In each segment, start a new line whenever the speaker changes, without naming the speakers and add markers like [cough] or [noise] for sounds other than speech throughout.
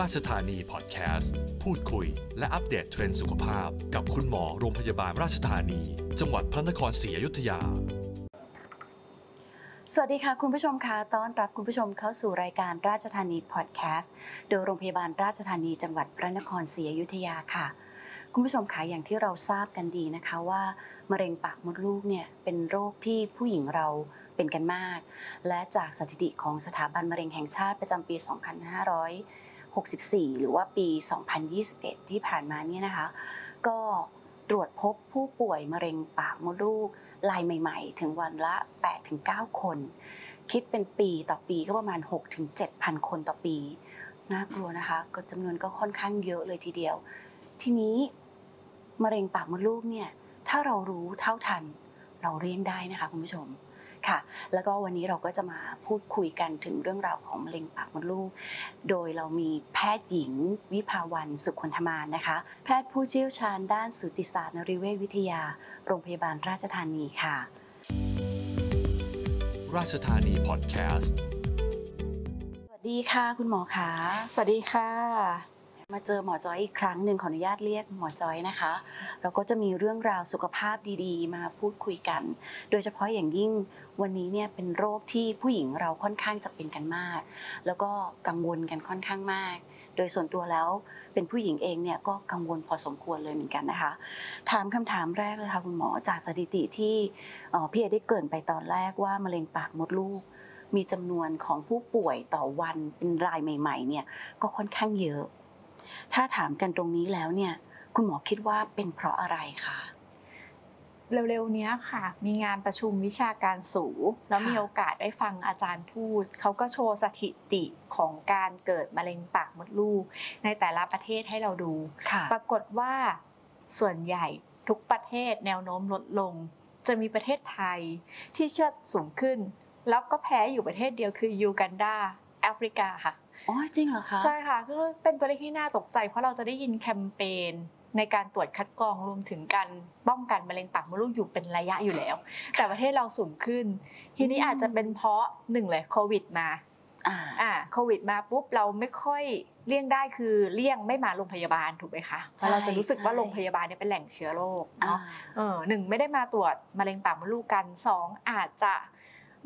ราชธานีพอดแคสต์พูดคุย และอัปเดตเทรนด์สุขภาพ กับคุณหมอโรงพยาบาลราชธานี จังหวัดพระนครศรีอยุธยา
สวัสดีค่ะ คุณผู้ชมคะต้อนรับคุณผู้ชมเข้าสู่รายการราชธานีพอดแคสต์โดยโรงพยาบาลราชธานีจังหวัดพระนครศรีอยุธยาค่ะ คุณผู้ชมคะอย่างที่เราทราบกันดีนะคะว่ามะเร็งปากมดลูกเนี่ยเป็นโรคที่ผู้หญิงเราเป็นกันมาก และจากสถิติของสถาบันมะเร็งแห่งชาติประจำปี 2564 หรือว่าปี 2021 ที่ผ่านมาเนี่ยนะคะ ก็ตรวจพบผู้ป่วยมะเร็งปากมดลูกรายใหม่ๆ ถึงวันละ 8-9 คน คิดเป็นปีต่อปีก็ประมาณ 6-7,000 คนต่อปี น่ากลัวนะคะ ก็จำนวนก็ค่อนข้างเยอะเลยทีเดียว ทีนี้มะเร็งปากมดลูกเนี่ยถ้าเรารู้เท่าทัน เราเลี่ยงได้นะคะคุณผู้ชมค่ะ แล้วก็วันนี้เราก็จะมาพูดคุยกันถึงเรื่องราวของมะเร็งปากมดลูก โดยเรามีแพทย์หญิงวิภาวันสุขคนธมานนะคะ แพทย์ผู้เชี่ยวชาญด้านสูติศาสตร์นริเวชวิทยา โรงพยาบาลราชธานีค่ะ
ราชธานีพอดแคสต์
สวัสดีค่ะคุณหมอคะ
สวัสดีค่ะ
มาเจอหมอจอยอีกครั้งหนึ่งขออนุญาตเรียกหมอจอยนะคะ เราก็จะมีเรื่องราวสุขภาพดีๆ มาพูดคุยกัน โดยเฉพาะอย่างยิ่งวันนี้เนี่ยเป็นโรคที่ผู้หญิงเราค่อนข้างจะเป็นกันมาก แล้วก็กังวลกันค่อนข้างมาก โดยส่วนตัวแล้วเป็นผู้หญิงเองเนี่ยก็กังวลพอสมควรเลยเหมือนกันนะคะ ถามคำถามแรกเลยค่ะคุณหมอจากสถิติที่เอ่อพี่เอได้เกริ่นไปตอนแรกว่ามะเร็งปากมดลูก มีจำนวนของผู้ป่วยต่อวันเป็นรายใหม่ๆเนี่ยก็ค่อนข้างเยอะ ถ้าถามกันตรงนี้แล้วเนี่ย คุณหมอคิดว่าเป็นเพราะอะไรคะ
เร็วๆเนี้ยค่ะ มีงานประชุมวิชาการสูงแล้ว
ค่ะ
มีโอกาสได้ฟังอาจารย์พูด เขาก็โชว์สถิติของการเกิดมะเร็งปากมดลูก ในแต่ละประเทศให้เราดู
ค่ะ
ปรากฏว่าส่วนใหญ่ทุกประเทศแนวโน้มลดลง จะมีประเทศไทยที่เชื่อดสูงขึ้น แล้วก็แพ้อยู่ประเทศเดียวคือยูกันดาแอฟริกาค่ะ
อ๋อจริงเหรอคะ
ใช่ค่ะคือเป็นตัวเลขที่น่าตกใจ เพราะเราจะได้ยินแคมเปญในการตรวจคัดกรองรวมถึงการป้องกันมะเร็งปากมดลูกอยู่เป็นระยะอยู่แล้ว แต่ประเทศเราสูงขึ้น ทีนี้อาจจะเป็นเพราะหนึ่งเลยโควิดมา
อ่า
อ่าโควิดมาปุ๊บเราไม่ค่อยเลี่ยงได้คือเลี่ยงไม่มาโรงพยาบาลถูกไหมคะเพราะเราจะรู้สึกว่าโรงพยาบาลเนี่ยเป็นแหล่งเชื้อโรค
อ่า
เนาะ เออหนึ่งไม่ได้มาตรวจมะเร็งปากมดลูกกันสองอาจจะ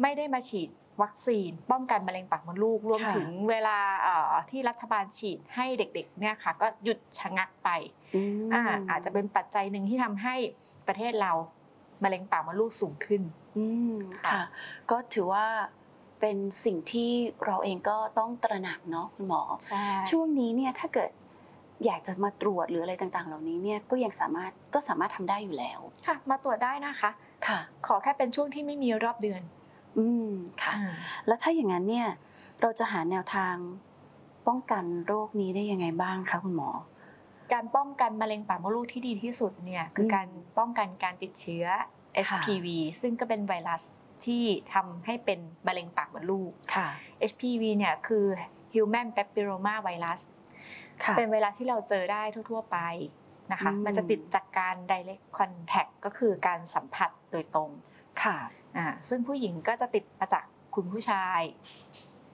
ไม่ได้มาฉีดวัคซีน ป้องกันมะเร็งปากมดลูกรวมถึงเวลาเอ่อที่รัฐบาลฉีดให้เด็กๆเนี่ยค่ะ ก็หยุดชะงักไป
อืม
อ่าอาจจะเป็นปัจจัยหนึ่งที่ทำให้ประเทศเรามะเร็งปากมดลูกสูงขึ้น
อืมค่ะ
ค่ะ
ก็ถือว่าเป็นสิ่งที่เราเองก็ต้องตระหนักเนาะคุณหมอ
ใช่
ช่วงนี้เนี่ยถ้าเกิดอยากจะมาตรวจหรืออะไรต่างๆ เหล่านี้เนี่ยก็ยังสามารถก็สามารถทำได้อยู่แล้ว
ค่ะ มาตรวจได้นะคะ
ค่ะ
ขอแค่เป็นช่วงที่ไม่มีรอบเดือน
อืมค่ะ
อ่า
แล้วถ้าอย่างนั้นเนี่ยเราจะหาแนวทางป้องกันโรคนี้ได้ยังไงบ้างคะคุณหมอ
การป้องกันมะเร็งปากมดลูกที่ดีที่สุดเนี่ยคืออ
ม
การป้องกันการติดเชื้อ
ค่ะ
HPV ซึ่งก็เป็นไวรัสที่ทำให้เป็นมะเร็งปากมดลูก
ค่ะ
HPV เนี่ยคือ Human Papilloma Virus
ค่ะ
เป็นไวรัสที่เราเจอได้ทั่ว ๆ ไปนะคะ
อืม
มันจะติดจากการ direct contact ก็คือการสัมผัสโดยตรง
ค่ะ
อ่าซึ่งผู้หญิงก็จะติดมาจากคุณผู้ชาย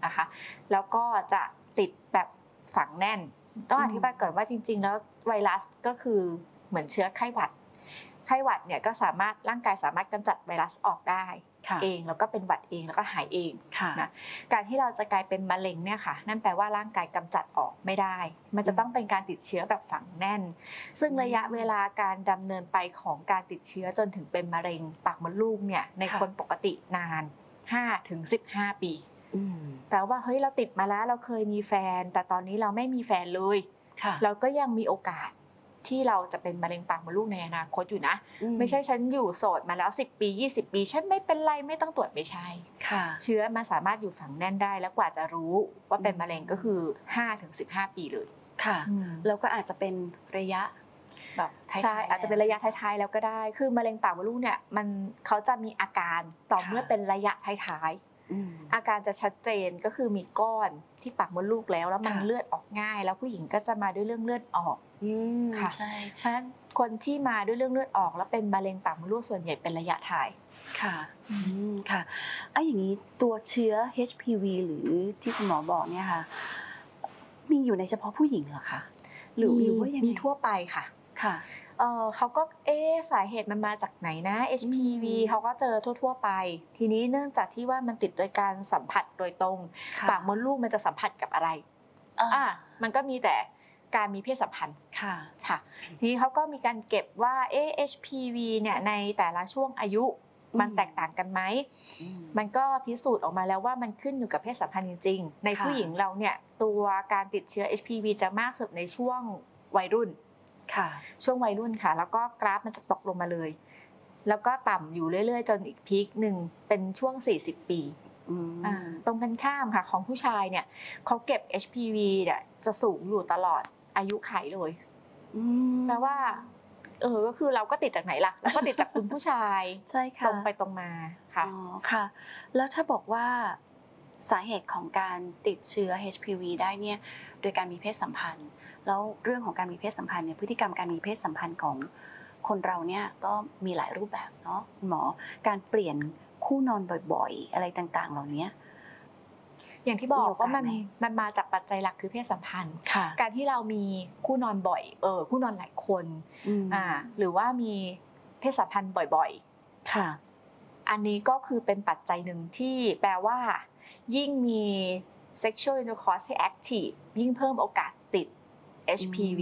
นะคะ แล้วก็จะติดแบบฝังแน่น ต้อง
อืม
อธิบายก่อนว่าจริง ๆ แล้วไวรัสก็คือเหมือนเชื้อไข้หวัด ไข้หวัดเนี่ยก็สามารถร่างกายสามารถกำจัดไวรัสออกได้
ค่ะ
เองแล้วก็เป็นหวัดเองแล้วก็หายเอง
ค่ะ
นะ การที่เราจะกลายเป็นมะเร็งเนี่ยค่ะ นั่นแปลว่าร่างกายกำจัดออกไม่ได้ มันจะต้องเป็นการติดเชื้อแบบฝังแน่น ซึ่ง
อืม
ระยะเวลาการดำเนินไปของการติดเชื้อจนถึงเป็นมะเร็งปากมดลูกเนี่ยใน
ค่ะ
คนปกตินาน5ถึง15 ปี
อืม
แปลว่าเฮ้ยเราติดมาแล้วเราเคยมีแฟน แต่ตอนนี้เราไม่มีแฟนเลย
ค่ะ
เราก็ยังมีโอกาสที่เราจะเป็นมะเร็งปากมดลูกในอนาคตอยู่นะ
อื
ไม่ใช่ฉันอยู่โสดมาแล้ว 10 ปี 20 ปี ฉันไม่เป็นไรไม่ต้องตรวจไม่ใช่
ค่ะ
เชื้อมันสามารถอยู่ฝังแน่นได้แล้วกว่าจะรู้ว่าเป็น
อืม
มะเร็งก็คือ5ถึง15 ปีเลย
ค่ะแล้วก็อาจจะเป็นระยะแบบท้ยๆ
ใช่อาจจะเป็นระยะ
แล้ว
ท้ายๆแล้วก็ได้ คือมะเร็งปากมดลูกเนี่ยมันเขาจะมีอาการต่อ
ค่ะ
เมื่อเป็นระยะท้าย
อืม
ๆอาการจะชัดเจนก็คือมีก้อนที่ปากมดลูกแล้ว แล้วมัน
ค่ะ
เลือดออกง่าย แล้วผู้หญิงก็จะมาด้วยเรื่องเลือดออก
อืม
ค่ะ
ใช่
เพราะฉะนั้นคนที่มาด้วยเรื่องเลือดออก แล้วเป็นมะเร็งปากมดลูกส่วนใหญ่เป็นระยะท้าย
ค่ะอืมค่ะไอ้อย่างนี้ตัวเชื้อ HPV หรือที่คุณหมอบอกเนี่ยค่ะ มีอยู่ในเฉพาะผู้หญิงเหรอคะหรือหรือว่ายังไง
มีทั่วไปค่ะ
ค่ะ
เออเขาก็เอ๊ะสาเหตุมันมาจากไหนนะ HPV
อืม
เขาก็เจอทั่ว ๆ ไป ทีนี้เนื่องจากที่ว่ามันติดโดยการสัมผัสโดยตรง ปากมดลูกมันจะสัมผัสกับอะไรอ่ะ
อ่า
มันก็มีแต่การมีเพศสัมพันธ์
ค่ะ
ค่ะ ทีนี้เขาก็มีการเก็บว่าเอ๊ะ HPV เนี่ยในแต่ละช่วงอายุ
อืม
มันแตกต่างกันไหม
อืม
มันก็พิสูจน์ออกมาแล้วว่ามันขึ้นอยู่กับเพศสัมพันธ์จริง ๆ ใน
ค่ะ
ผู้หญิงเราเนี่ยตัวการติดเชื้อ HPV จะมากสุดในช่วงวัยรุ่น
ค่ะ
ช่วงวัยรุ่นค่ะ แล้วก็กราฟมันจะตกลงมาเลย แล้วก็ต่ำอยู่เรื่อย ๆ จนอีกพีคหนึ่งเป็นช่วง 40 ปี
อืม
อ่าตรงกันข้ามค่ะของผู้ชายเนี่ยเขาเก็บ HPV เนี่ยจะสูงอยู่ตลอดอายุไขเลย
อืม
แปลว่าเออก็คือเราก็ติดจากไหนล่ะเราก็ติดจากคุณผู้ชาย
ใช่ค่ะ
ตรงไปตรงมาค่ะ
อ๋อค่ะ แล้วถ้าบอกว่าสาเหตุของการติดเชื้อ HPV ได้เนี่ย โดยการมีเพศสัมพันธ์ แล้วเรื่องของการมีเพศสัมพันธ์เนี่ยพฤติกรรมการมีเพศสัมพันธ์ของคนเราเนี่ยก็มีหลายรูปแบบเนาะคุณหมอการเปลี่ยนคู่นอนบ่อยๆ อะไรต่างๆ เหล่านี้
อย่างที่บอ
มี
ก
โอกาส
ว่ามัน
ไหม
มันมาจากปัจจัยหลักคือเพศสัมพันธ์
ค่ะ
การที่เรามีคู่นอนบ่อยเออคู่นอนหลายคน
อืม
อ่าหรือว่ามีเพศสัมพันธ์บ่อยๆ
ค่ะ
อันนี้ก็คือเป็นปัจจัยหนึ่งที่แปลว่า ยิ่งมี sexual intercourse ที่ active ยิ่งเพิ่มโอกาสติด HPV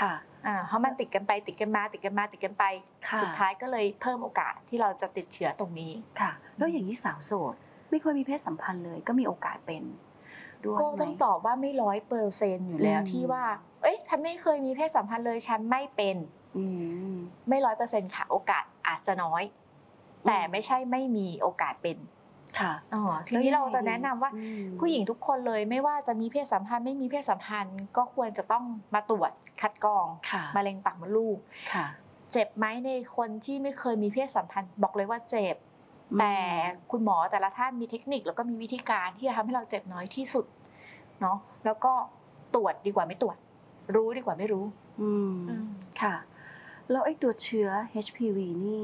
ค่ะ
อ่าเพราะมันติดกันไปติดกันมาติดกันมาติดกันไป
ค่ะ
สุดท้ายก็เลยเพิ่มโอกาสที่เราจะติดเชื้อตรงนี้
ค่ะ แล้วอย่างนี้สาวโสด ไม่เคยมีเพศสัมพันธ์เลย ก็มีโอกาสเป็นด้วย
ก็
ไหม
ต้องตอบว่าไม่ร้อยเปอร์เซนอยู่แล้ว
อืม
ที่ว่า เอ้ยฉันไม่เคยมีเพศสัมพันธ์เลยฉันไม่เป็น
อืม
ไม่ร้อยเปอร์เซนค่ะ โอกาสอาจจะน้อย แต่ไม่ใช่ไม่มีโอกาสเป็น
ค่ะ
อ๋อทีนี้เราจะแนะนำว่า
อืม
ผู้หญิงทุกคนเลยไม่ว่าจะมีเพศสัมพันธ์ไม่มีเพศสัมพันธ์ก็ควรจะต้องมาตรวจคัดกรอง
ค่ะ
มะเร็งปากมดลูก
ค่ะ
เจ็บไหมในคนที่ไม่เคยมีเพศสัมพันธ์ บอกเลยว่าเจ็บ แต่คุณหมอแต่ละท่านมีเทคนิคแล้วก็มีวิธีการที่จะทำให้เราเจ็บน้อยที่สุดเนาะแล้วก็ตรวจดีกว่าไม่ตรวจ รู้ดีกว่าไม่รู้
อืม
อืม
ค่ะ แล้วไอ้ตัวเชื้อ HPV นี่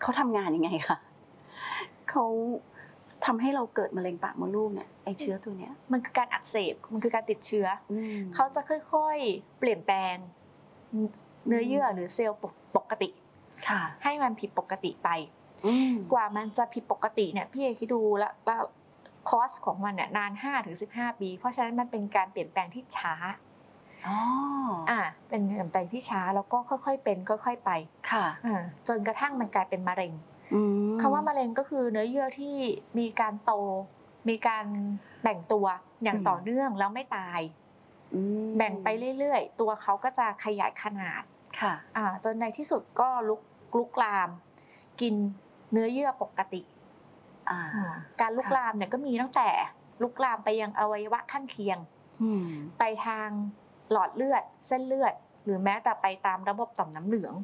เขาทำงานยังไงคะเขาทำให้เราเกิดมะเร็งปากมดลูกเนี่ยไอ้เชื้อตัวเนี้ย
มันคือการอักเสบมันคือการติดเชื้อ
อืม
อเขาจะค่อยๆ เปลี่ยนแปลง เนื้อเยื่อหรือเซลล์ปกติ
ค่ะ
ให้มันผิดปกติไป
อืม
กว่ามันจะผิดปกติเนี่ยพี่เอคิดดูและและคอสของมันเนี่ยนาน5ถึง15 ปี เพราะฉะนั้นมันเป็นการเปลี่ยนแปลงที่ช้า
อ๋ออ่ะ
อ่าเป็นการเปลี่ยนแปลงที่ช้าแล้วก็ค่อยๆเป็นค่อย ๆ ไป
ค่ะ
อ่าจนกระทั่งมันกลายเป็นมะเร็ง
อืม
คำว่ามะเร็งก็คือเนื้อเยื่อที่มีการโต มีการแบ่งตัวอย่างต่อเนื่องแล้วไม่ตาย
อืม
แบ่งไปเรื่อยๆ ตัวเขาก็จะขยายขนาด
ค่ะ
อ่าจนในที่สุดก็ลุกลุกลาม กินเนื้อเยื่อปกติ
อ่า
การลุก
ค่ะ
ลามเนี่ยก็มีตั้งแต่ลุกลามไปยังอวัยวะข้างเคียง
อืม
ไปทางหลอดเลือด เส้นเลือด หรือแม้แต่ไปตามระบบต่อมน้ำเหลือง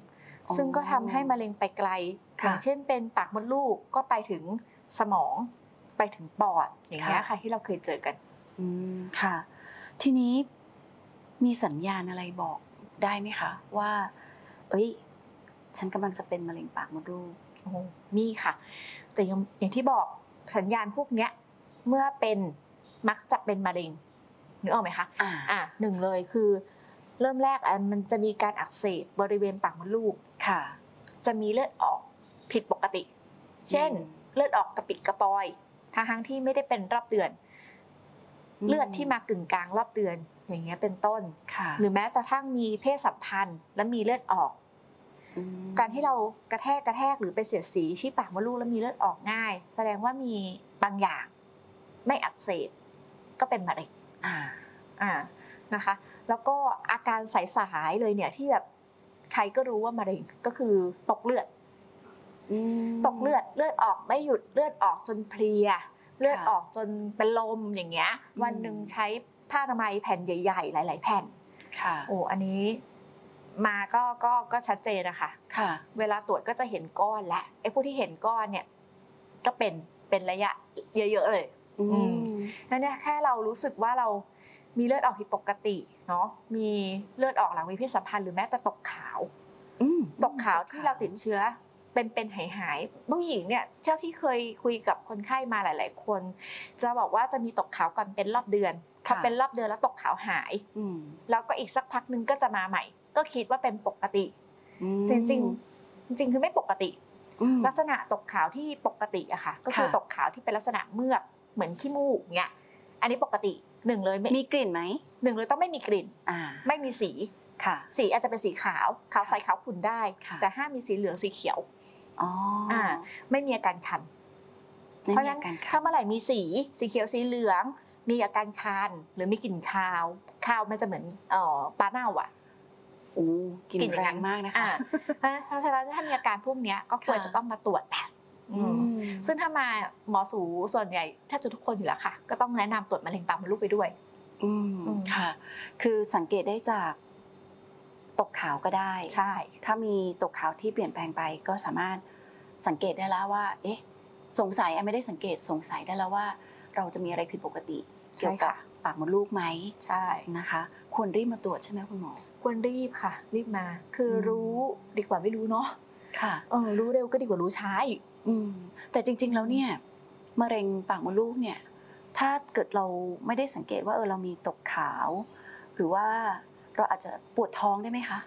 อ๋อ
ซึ่งก็ทำให้มะเร็งไปไกล
ค่ะ
อย่างเช่นเป็นปากมดลูกก็ไปถึงสมองไปถึงปอดอย่างเงี้ย
ค่ะ
ค่ะที่เราเคยเจอกัน
อืมค่ะ ทีนี้มีสัญญาณอะไรบอกได้ไหมคะ ว่า เอ้ย ฉันกำลังจะเป็นมะเร็งปากมดลูก
โอ้โหมีค่ะ แต่ยังอย่างที่บอกสัญญาณพวกเนี้ยเมื่อเป็นมักจะเป็นมะเร็งนึกออกไหมคะ
อ่า
อ่ะหนึ่งเลยคือ เริ่มแรกอ่ะมันจะมีการอักเสบบริเวณปากมดลูก
ค่ะ
จะมีเลือดออกผิดปกติ เช่น
อืม
เลือดออกกระปิดกระปอยทั้งทั้งๆที่ไม่ได้เป็นรอบเดือน
อืม
เลือดที่มากึ่งกลางรอบเดือน อย่างเงี้ยเป็นต้น
ค่ะ
หรือแม้แต่ทั้งมีเพศสัมพันธ์ และมีเลือดออก
ม
การที่เรากระแทกกระแทกหรือไปเสียดสีที่ปากมดลูกแล้วมีเลือดออกง่าย แสดงว่ามีบางอย่าง ไม่อักเสบก็เป็นมะเร็ง
อ่า
อ่านะคะ แล้วก็อาการสายๆเลยเนี่ยที่แบบใครก็รู้ว่ามะเร็งก็คือตกเลือด
อืม
ตกเลือดเลือดออกไม่หยุดเลือดออกจนเพลีย เลือดออกจนเป็นลมอย่างเงี้ย
ม
วันหนึ่งใช้ผ้าอนามัยแผ่นใหญ่ ๆ หลาย ๆ แผ่น
ค่ะ
โอ้อันนี้มาก็ก็ก็ชัดเจนนะคะ
ค่ะ
เวลาตรวจก็จะเห็นก้อนและไอ้ผู้ที่เห็นก้อนเนี่ยก็เป็นเป็นระยะเยอะๆเลย
อื
อื
ม
ม นั่นเนี่ยแค่เรารู้สึกว่าเรามีเลือดออกผิดปกติเนาะมีเลือดออกหลังมีเพศสัมพันธ์หรือแม้แต่ตกขาว
อืม
ตกขาวที่เราติดเชื้อเป็นเป็นหายหายๆผู้หญิงเนี่ยเท่าที่เคยคุยกับคนไข้มาหลาย ๆ คน จะบอกว่าจะมีตกขาวก่อนเป็นรอบเดือน พอเป็นรอบเดือนแล้วตกขาวหาย
อืม
แล้วก็อีกสักพักหนึงก็จะมาใหม่ ก็คิดว่าเป็นปกติ
อืม
แต่จริงๆจริงๆคือไม่ปกติ
อืม
ลักษณะตกขาวที่ปกติอะค่ะ ก็คือ
ค่ะ
ตกขาวที่เป็นลักษณะเมือกเหมือนขี้มูกเงี้ยอันนี้ปกติหนึ่งเลยไม่
มีกลิ่นไหม
หนึ่งเลยต้องไม่มีกลิ่น
อ่า
ไม่มีสี
ค่ะ
สีอาจจะเป็นสีขาวขาวใสขาวขุ่นได้
ค่ะ
แต่ห้ามมีสีเหลืองสีเขียว
อ๋ออา
ไม่มีอาการคัน
ไม่
เพราะฉะ
มี
นั้น
อการคั
ถ้า
ด
เมื่อไหร่มีสีสีเขียวสีเหลือง มีอาการคันหรือมีกลิ่นคาวคาวมันจะเหมือนเอ่อปลาเน่าอ่ะ
โอ้กลิ่
กลิ่
น
นอย่า
แรง
งนั้น
มากนะ
อ่า
คะ
เพราะฉะนั้นถ้ามีอาการพวกเนี้ยก็ควร
ค่ะ
จะต้องมาตรวจแหละอื
อื
ม
ม
ซึ่งถ้ามาหมอสูส่วนใหญ่แทบจะทุกคนอยู่แล้วค่ะ ก็ต้องแนะนำตรวจมะเร็งปากมดลูกไปด้วย
อืม
อืม
ค่ะ คือสังเกตได้จากตกขาวก็ได้
ใช่
ถ้ามีตกขาวที่เปลี่ยนแปลงไปก็สามารถสังเกตได้แล้วว่า เอ๊ะ สงสัยไม่ได้สังเกตสงสัยได้แล้วว่า เราจะมีอะไรผิดปกติ เกี่ย
ใช่
วกับ
ค่ะ
ปากมดลูกไหม
ใช่
นะคะ ควรรีบมาตรวจใช่ไหมคุณหมอ
ควรรีบค่ะ รีบมา คืออ
ม
รู้ดีกว่าไม่รู้เนาะ
ค่ะ
เออรู้เร็วก็ดีกว่ารู้ช้าอีก
อืมแต่จริง ๆ แล้วเนี่ยมะเร็งปากมดลูกเนี่ย ถ้าเกิดเราไม่ได้สังเกตว่าเออเรามีตกขาว หรือว่าเราอาจจะปวดท้องได้ไหมคะ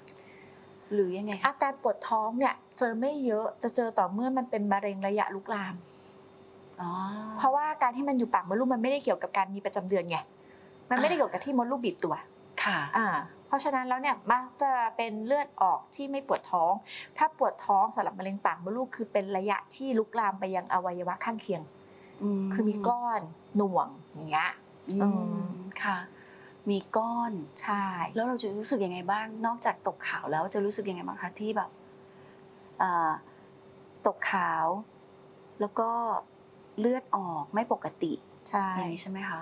หรือยังไงคะ
อาการปวดท้องเนี่ย เจอไม่เยอะจะเจอต่อเมื่อมันเป็นมะเร็งระยะลุกลาม
อ๋อ
เพราะว่าการที่มันอยู่ปากมดลูกมันไม่ได้เกี่ยวกับการมีประจำเดือนไงมันไม่ได้เกี่ยวกับที่มดลูกบีบตัว
ค่ะ
อ่า เพราะฉะนั้นแล้วเนี่ยมักจะเป็นเลือดออกที่ไม่ปวดท้อง ถ้าปวดท้องสำหรับมะเร็งปากมดลูกคือเป็นระยะที่ลุกลามไปยังอวัยวะข้างเคียง คือมีก้อนหน่วงอย่างเงี้ย
อื
อื
ม
ม
ค่ะ มีก้อน
ใช่
แล้วเราจะรู้สึกยังไงบ้าง นอกจากตกขาวแล้วจะรู้สึกยังไงบ้างคะที่แบบอ่าตกขาว แล้วก็เลือดออกไม่ปกติ
ใช่
อย่างนี้ใช่ไหมคะ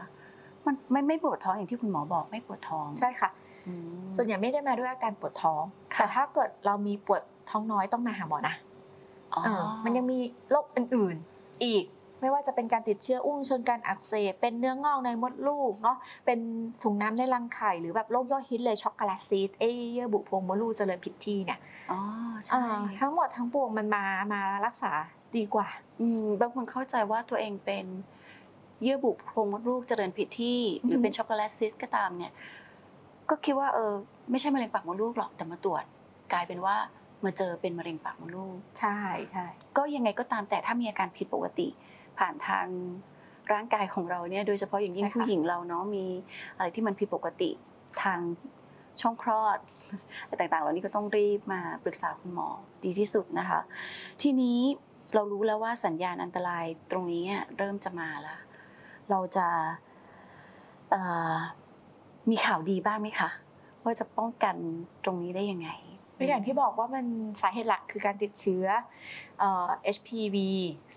มันไม่ไม่ปวดท้องอย่างที่คุณหมอบอกไม่ปวดท้อง
ใช่ค่ะ
อืม
ส่วนใหญ่ไม่ได้มาด้วยอาการปวดท้อง
ค่ะ
แต่ถ้าเกิดเรามีปวดท้องน้อยต้องมาหาหมอนะ
อ๋อ
เออมันยังมีโรคอื่นๆ อีก ไม่ว่าจะเป็นการติดเชื้ออุ้งเชิงการอักเสบเป็นเนื้องอกในมดลูกเนาะเป็นถุงน้ำในรังไข่หรือแบบโรคยอดฮิตเลยช็อกโกแลตซีดเอ้ยเยื่อบุโพรงมดลูกเจริญผิดที่เนี่ย
อ๋อ
เอ
ใช่
อทั้งหมดทั้งปวงมันมามารักษาดีกว่า
อืมบางคนเข้าใจว่าตัวเองเป็นเยื่อบุโพรงมดลูกเจริญผิดที่ หรืออ
อฮึ
เป็นช็อกโกแลตซิสก็ตามเนี่ย ก็คิดว่าเออ ไม่ใช่มะเร็งปากมดลูกหรอกแต่มาตรวจ กลายเป็นว่ามาเจอเป็นมะเร็งปากมดลูก
ใช่ใช่
ก็ยังไงก็ตามแต่ถ้ามีอาการผิดปกติ ผ่านทางร่างกายของเราเนี่ยโดยเฉพาะอย่างยิ่งผู้หญิงเราเนาะมีอะไรที่มันผิดปกติทางช่องคลอด ต่างๆ เหล่านี้ก็ต้องรีบมาปรึกษาคุณหมอดีที่สุดนะคะ ทีนี้เรารู้แล้วว่าสัญญาณอันตรายตรงนี้อะเริ่มจะมาละเราจะเอ่อมีข่าวดีบ้างไหมคะว่าจะป้องกันตรงนี้ได้ยังไง
ก็อย่างที่บอกว่ามันสาเหตุหลักคือการติดเชื้อเอ่อ HPV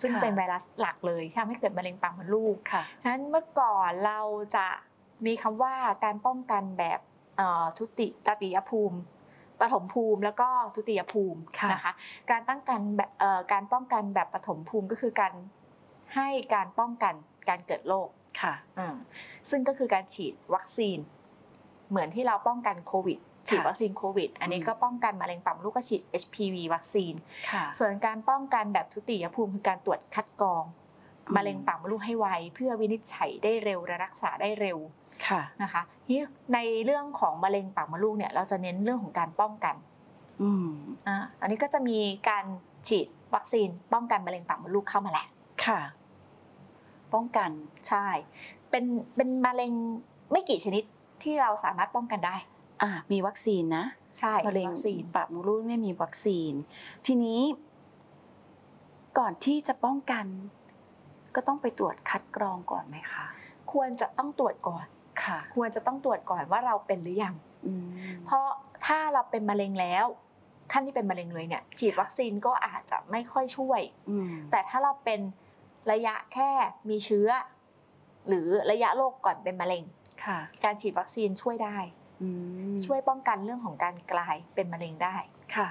ซึ่ง
ค่ะ
เป็นไวรัสหลักเลยที่ทำให้เกิดมะเร็งปากมดลูก
ค่ะ
ฉะนั้นเมื่อก่อนเราจะมีคำว่าการป้องกันแบบเอ่อทุติตติยภูมิปฐมภูมิแล้วก็ทุติยภูมิ
ค่ะ
นะคะ การตั้งกันแบบเอ่อการป้องกันแบบปฐมภูมิก็คือการให้การป้องกันการเกิดโรค
ค่ะ
อ่าซึ่งก็คือการฉีดวัคซีน เหมือนที่เราป้องกันโควิดฉีด
ค่ะ
วัคซีนโควิด อันนี้
อืม
ก็ป้องกันมะเร็งปากมดลูกก็ฉีด HPV วัคซีน
ค่ะ
ส่วนการป้องกันแบบทุติยภูมิคือการตรวจคัดกรอง
อืม
มะเร็งปากมดลูกให้ไวเพื่อวินิจฉัยได้เร็วและรักษาได้เร็ว
ค่ะ
นะคะที่ในเรื่องของมะเร็งปากมดลูกเนี่ยเราจะเน้นเรื่องของการป้องกัน
อืม
อ่าอันนี้ก็จะมีการฉีดวัคซีนป้องกันมะเร็งปากมดลูกเข้ามาแหละ
ค่ะ ป้องกัน
ใช่ เป็นเป็นมะเร็งไม่กี่ชนิดที่เราสามารถป้องกันได้
อ่า มีวัคซีนนะ
ใช่
มะเร็ง
วัคซีน
ปากมดลูกเนี่ยมีวัคซีน ทีนี้ ก่อนที่จะป้องกัน ก็ต้องไปตรวจคัดกรองก่อนไหมคะ
ควรจะต้องตรวจก่อน
ค่ะ
ควรจะต้องตรวจก่อนว่าเราเป็นหรือยัง
อืม
เพราะถ้าเราเป็นมะเร็งแล้ว ขั้นที่เป็นมะเร็งเลยเนี่ยฉีดวัคซีนก็อาจจะไม่ค่อยช่วย
อืม
แต่ถ้าเราเป็นระยะแค่มีเชื้อ หรือระยะโรคก่อนเป็นมะเร็ง
ค่ะ
การฉีดวัคซีนช่วยได้
อืม
ช่วยป้องกันเรื่องของการกลายเป็นมะเร็งได้
ค่ะ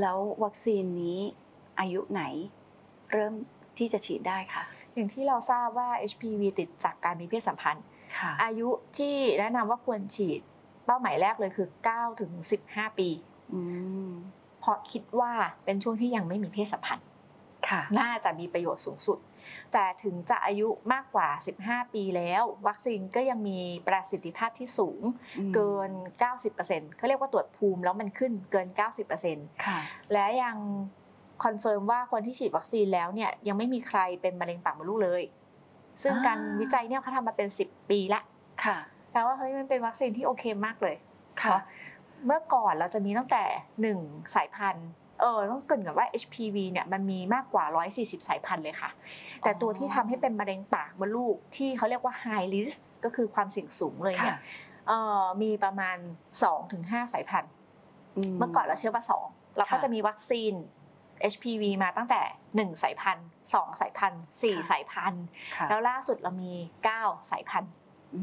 แล้ววัคซีนนี้อายุไหน เริ่มที่จะฉีดได้คะ
อย่างที่เราทราบว่า HPV ติดจากการมีเพศสัมพันธ์
ค่ะ
อายุที่แนะนำว่าควรฉีดเป้าหมายแรกเลยคือ9ถึง15 ปี
อืม
เพราะคิดว่าเป็นช่วงที่ยังไม่มีเพศสัมพันธ์
ค่ะ
น่าจะมีประโยชน์สูงสุด แต่ถึงจะอายุมากกว่า 15 ปีแล้ว วัคซีนก็ยังมีประสิทธิภาพที่สูงเกิน 90%เขาเรียกว่าตรวจภูมิแล้วมันขึ้นเกิน 90%
ค่ะ
และยังคอนเฟิร์มว่าคนที่ฉีดวัคซีนแล้วเนี่ยยังไม่มีใครเป็นมะเร็งปากมดลูกเลย ซึ่ง
อ่า
การวิจัยเนี่ยเขาทำมาเป็น 10 ปีละ
ค่ะ
แปลว่าเฮ้ยมันเป็นวัคซีนที่โอเคมากเลย
ค่ะ
เมื่อก่อนเราจะมีตั้งแต่ 1 สายพันธุ์ เออต้องเกรินกับว่า HPV เนี่ยมันมีมากกว่า 140 สายพันธุ์เลยค่ะ แต่ตัวที่ทำให้เป็นมะเร็งปากมดลูกที่เขาเรียกว่า high risk ก็คือความเสี่ยงสูงเลยเนี่ยเออมีประมาณ 2-5 สายพันธุ์ เมื่อก่อนเราเชื่อว่า 2 เราก็
ค่ะ
จะมีวัคซีน HPV มาตั้งแต่ 1 สายพันธุ์2สายพันธุ์
ค่ะ
4สายพันธุ์
ค่ะ
แล้วล่าสุดเรามี 9 สายพันธุ์
อื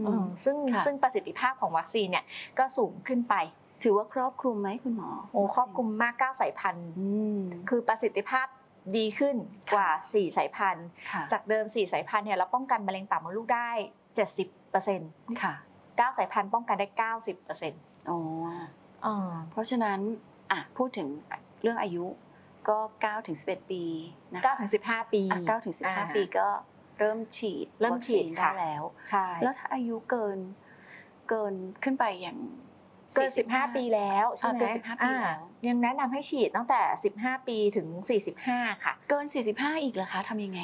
ม
เออซึ่ง
ค่ะ
ซึ่งประสิทธิภาพของวัคซีนเนี่ยก็สูงขึ้นไป
ถือว่าครอบคลุมไหมคุณหมอ
โอ้ครอบคลุมมาก 9 สายพันธุ์
อืม
คือประสิทธิภาพดีขึ้นกว่า 4 สายพันธุ์
ค่ะ
จากเดิม 4 สายพันธุ์เนี่ยเราป้องกันมะเร็งปากมดลูกได้ 70%
ค่ะ
9 สายพันธุ์ป้องกันได้ 90%เ
อ๋อ
ออ
เพราะฉะนั้นอ่ะพูดถึงเรื่องอายุก็9ถึง11 ปีนะคะ
9ถึง15 ปี
9ถึง
อ่า
15 ปีก็เริ่มฉีด
เริ่มฉีด
วัคซีน
ค่ะ
ได้แล้ว
ใช่
แล้วถ้าอายุเกินเกินขึ้นไปอย่าง
เกิน
สี่สิบห้า
15 ปีแล้วใช่ไหม
เออเกิน15ปีแล้ว
อ่ายังแนะนำให้ฉีดตั้งแต่ 15 ปีถึง 45 ค่ะ
เกิน 45 อีกเหรอคะทำยังไง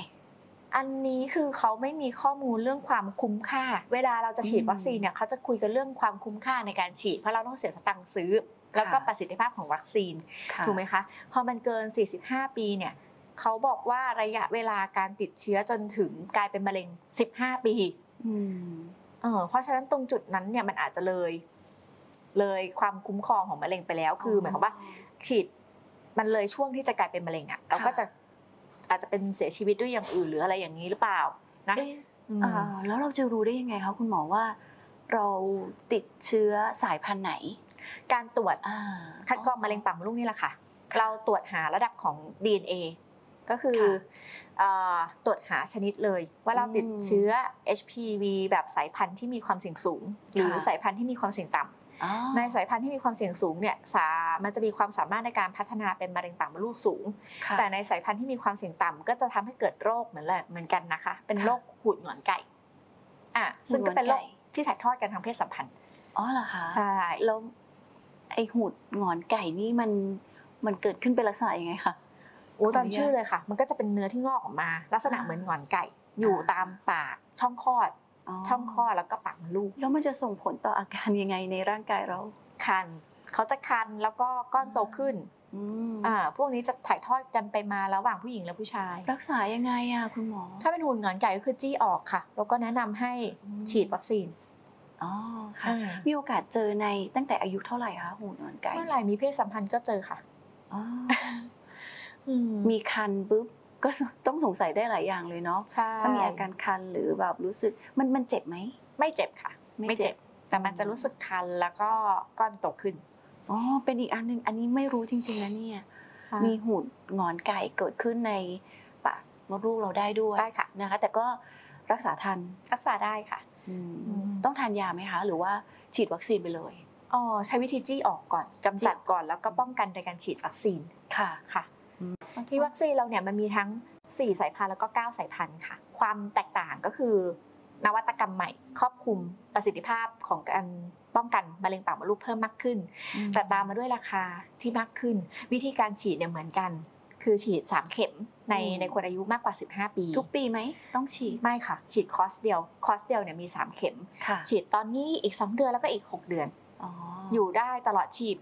อันนี้คือเขาไม่มีข้อมูลเรื่องความคุ้มค่า เวลาเราจะฉีด
อืม
วัคซีนเนี่ยเขาจะคุยกันเรื่องความคุ้มค่าในการฉีด เพราะเราต้องเสียสตังค์ซื้อ แล้วก็
ค่ะ
ประสิทธิภาพของวัคซีน
ค่ะ
ถูกไหมคะ พอมันเกิน 45 ปีเนี่ยเขาบอกว่าระยะเวลาการติดเชื้อจนถึงกลายเป็นมะเร็ง 15 ปี
อืม
เออเพราะฉะนั้นตรงจุดนั้นเนี่ยมันอาจจะเลย เลยความคุ้มครองของมะเร็งไปแล้ว คืออหมายความว่า ฉีดมันเลยช่วงที่จะกลายเป็นมะเร็งอ่ะเราก็จะอาจจะเป็นเสียชีวิตด้วยอย่างอื่นหรืออะไรอย่างนี้หรือเปล่านะ
เอ๊ะ
อืม
อ่าแล้วเราจะรู้ได้ยังไงคะคุณหมอว่า เราติดเชื้อสายพันธุ์ไหน
การตรวจ
อ่า
คัดกรองมะเร็งปากมดลูกนี่แหละค่ะ เราตรวจหาระดับของ DNA ก็คือ
ค่ะ
เอ่อตรวจหาชนิดเลย ว่าเราติด
อืม
เชื้อ HPV แบบสายพันธุ์ที่มีความเสี่ยงสูง หรือ
ค่ะ
สายพันธุ์ที่มีความเสี่ยงต่ำ
อ๋อ
ในสายพันธุ์ที่มีความเสี่ยงสูงเนี่ยสามันจะมีความสามารถในการพัฒนาเป็นมะเร็งปากมดลูกสูง
ค่ะ
แต่ในสายพันธุ์ที่มีความเสี่ยงต่ำก็จะทำให้เกิดโรคเหมือนแหละเหมือนกันนะคะ เป็น
ค่ะ
โรคหูดหงอนไก่อ่ะซึ่งก็เป็น
หูดหงอนไก่
โรคที่ถ่ายทอดกันทางเพศสัมพันธ์
อ๋อเหรอคะ
ใช่
แล้วไอหูดหงอนไก่นี่มันมันเกิดขึ้นเป็นลักษณะยังไงคะ
โอ้
ขออนุญาต
ตามชื่อเลยค่ะ มันก็จะเป็นเนื้อที่งอกออกมา ลักษณะ
อ่า
เหมือนหงอนไก่ อยู่
อ่า
ตามปากช่องคลอด ช่องคลอดแล้วก็ปากมดลูก
แล้วมันจะส่งผลต่ออาการยังไงในร่างกายเรา
คันเขาจะคันแล้วก็ก้อนโตขึ้น
อืม
อ่าพวกนี้จะถ่ายทอดกันไปมาระหว่างผู้หญิงและผู้ชาย
รักษายังไงอะคุณหมอ
ถ้าเป็นหุ่นหงอนไก่ก็คือจี้ออกค่ะ แล้วก็แนะนำให้ฉีดวัคซีน
อ๋อค่ะ
อ่า
มีโอกาสเจอในตั้งแต่อายุเท่าไหร่คะหูดหงอนไก่
เมื่อไหร่มีเพศสัมพันธ์ก็เจอค่ะ
อ๋อ
มี
มีคันปุ๊บก็ต้องสงสัยได้หลายอย่างเลยเนาะ
ใช่
ถ้ามีอาการคันหรือแบบรู้สึกมันมันเจ็บไหม
ไม่เจ็บค่ะ ไม่เจ็บ แต่มันจะรู้สึกคันแล้วก็ก้อนโตขึ้น
อ๋อ เป็นอีกอันหนึง อันนี้ไม่รู้จริงๆนะเนี่ย มีหูดงอนไก่เกิดขึ้นในปากมดลูกเราได้ด้วย
ได้ค่ะ
นะคะ แต่ก็รักษาทัน
รักษาได้ค่ะ
อืม
อืม
ต้องทานยาไหมคะ หรือว่าฉีดวัคซีนไปเลย
อ๋อใช้วิธีจี้ออกก่อนกำจัดก่อนแล้วก็ป้องกันโดยการฉีดวัคซีน
ค่ะ
ค่ะที่วัคซีนเราเนี่ยมันมีทั้ง 4 สายพันธุ์แล้วก็ 9 สายพันธุ์ค่ะ ความแตกต่างก็คือนวัตกรรมใหม่ ครอบคลุมประสิทธิภาพของการป้องกันมะเร็งปากมดลูกเพิ่มมากขึ้น
อื
แต่ตามมาด้วยราคาที่มากขึ้น วิธีการฉีดเนี่ยเหมือนกัน คือฉีด 3 เข็มในในคนอายุมากกว่า 15 ปี
ทุกปีไหม ต้องฉีด
ไม่ค่ะ ฉีดคอร์สเดียวคอร์สเดียวเนี่ยมี 3 เข็ม
ค่ะ
ฉีดตอนนี้อีก 2 เดือนแล้วก็อีก 6 เดือน
อ๋อ
อ
อยู่
ได้ตลอดชีพ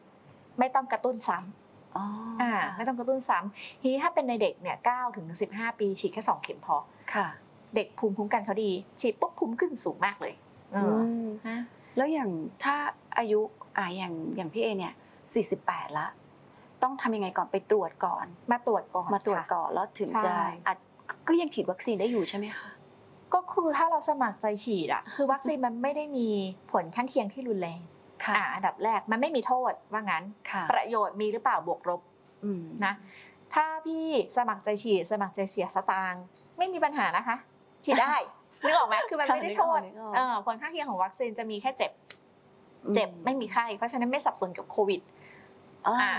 ไม่ต้องกระตุ้นซ้
อ๋ออ
ำอ่าไม่ต้องกระตุ้นซ้ำทีนี้ถ้าเป็นในเด็กเนี่ยเก้าถึงสิบห้าปีฉีดแค่สองเข็มพอ
ค่ะ
เด็กภูมิคุ้มกันเขาดี ฉีดปุ๊บภูมิขึ้นสูงมากเลยเออ
อื
อ
ม
ฮะ
แล้วอย่างถ้าอายุอ่าอย่างอย่างพี่เอเนี่ย 48 ละ ต้องทำยังไงก่อนไปตรวจก่อน
มาตรวจก่อน
มาตรวจ
ค่ะ
ก่อนแล้วถึง
ใช่
จะอาจก็ยังฉีดวัคซีนได้อยู่ใช่ไหมคะ
ก็คือถ้าเราสมัครใจฉีดอะคือวัคซีนมันไม่ได้มีผลข้างเคียงที่รุนแรง
ค่ะ
อ่าอันดับแรกมันไม่มีโทษว่างั้น
ค่ะ
ประโยชน์มีหรือเปล่าบวกลบ
อืม
นะ ถ้าพี่สมัครใจฉีด สมัครใจเสียสตางค์ไม่มีปัญหานะคะ ฉีดได้
[laughs]
นึกออกไหมคือมันไม่ได้โทษ
นึกออก
เอ
นึกออก
อผลข้างเคียงของวัคซีนจะมีแค่เจ็บ
อื
เจ็บไม่มีไข้ เพราะฉะนั้นไม่สับสนกับโควิด
อ่า
อ่า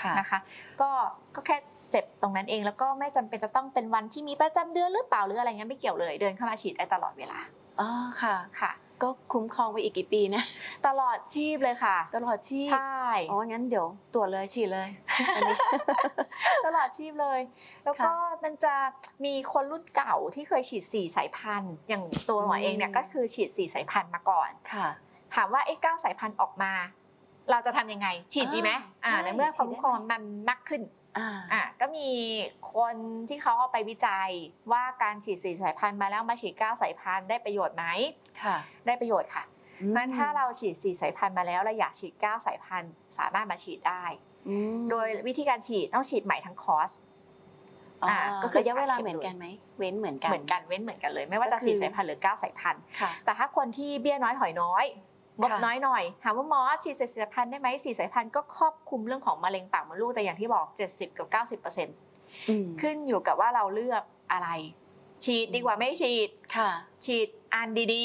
ค่ะ
นะคะ ก็ก็แค่ เจ็บตรงนั้นเองแล้วก็ไม่จำเป็นจะต้องเป็นวันที่มีประจำเดือนหรือเปล่าหรืออะไรเงี้ยไม่เกี่ยวเลยเดินเข้ามาฉีดได้ตลอดเวลา
อ๋อค่ะ
ค่ะ
ก็คุ้มครองไปอีกกี่ปีนะ
ตลอดชีพเลยค่ะ
ตลอดชีพ
ใช่
อ๋องั้นเดี๋ยวตรวจเลยฉีดเลย อันนี้
[laughs] ตลอดชีพเลย แล้วก็มันจะมีคนรุ่นเก่าที่เคยฉีดสี่สายพันธุ์อย่างตัวหมอเองเนี่ย
อืม
ก็คือฉีดสี่สายพันธุ์มาก่อน
[laughs] ค่ะ
ถามว่าไอ้เก้าสายพันธุ์ออกมา เราจะทำยังไง ฉีดดีไหม
อ่า
อ่า
ใช่
ในเมื่อ
ฉี
ความ
ดได้ไหม
คุ้มครองมันมากขึ้น
อ่า
อ่ะก็มีคนที่เขาเอาไปวิจัยว่าการฉีดสี่สายพันธุ์มาแล้วมาฉีดเก้าสายพันธุ์ได้ประโยชน์ไหม
ค่ะ
ได้ประโยชน์ค่ะ
อืม
งั้นถ้าเราฉีดสี่สายพันธุ์มาแล้วเราอยากฉีดเก้าสายพันธุ์สามารถมาฉีดได้
อืม
โดยวิธีการฉีดต้องฉีดใหม่ทั้งคอร์ส
อ๋อ
อ่าก็คือ
ระยะเวลาเหมือนกันไหมเว้นเหมือนกัน
เหมือนกันเว้นเหมือนกันเลย ไม่ว่า
ก็
จะ
คือ
สี่สายพันธุ์หรือเก้าสายพันธุ์
ค่ะ
แต่ถ้าคนที่เบี้ยน้อยหอยน้อยงบ
ค่ะ
น้อยหน่อยถามว่าหมอฉีดสี่สายพันธุ์ได้ไหมสี่สายพันธุ์ก็ครอบคลุมเรื่องของมะเร็งปากมดลูกแต่อย่างที่บอก 70กับ90เปอร์เซ็นต์
อืม
ขึ้นอยู่กับว่าเราเลือกอะไร ฉีดดีกว่าไม่ฉีด
ค่ะ
ฉีดอันดี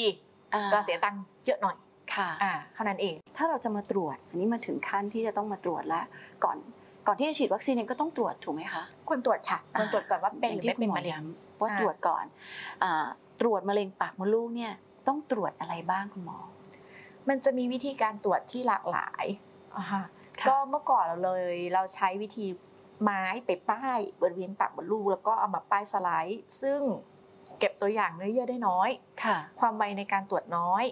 อ่า
ๆ ก็เสียตังค์เยอะหน่อย
ค่ะ
อ่าเท่านั้นเอง
ถ้าเราจะมาตรวจ อันนี้มาถึงขั้นที่จะต้องมาตรวจแล้วก่อนก่อนที่จะฉีดวัคซีนเนี่ยก็ต้องตรวจถูกไหมคะ
ควรตรวจค่ะ
อ่า
ควรตรวจก่อนว่าเป็นหรือ
อย่
ไม่
งที่คุณห
เป็นมะเร็ง
ย้ำว่า
อ่า
ตรวจก่อนอ่าตรวจมะเร็งปากมดลูกเนี่ยต้องตรวจอะไรบ้างคุณหมอ
มันจะมีวิธีการตรวจที่หลากหลายอ่าฮะ
ค่ะ
ก็เมื่อก่อนเราเลยเราใช้วิธีไม้ไปป้ายบริเวณปากมดลูกแล้วก็เอามาป้ายสไลด์ ซึ่งเก็บตัวอย่างเนื้อเยื่อได้น้อย
ค่ะ
ความไวในการตรวจน้อย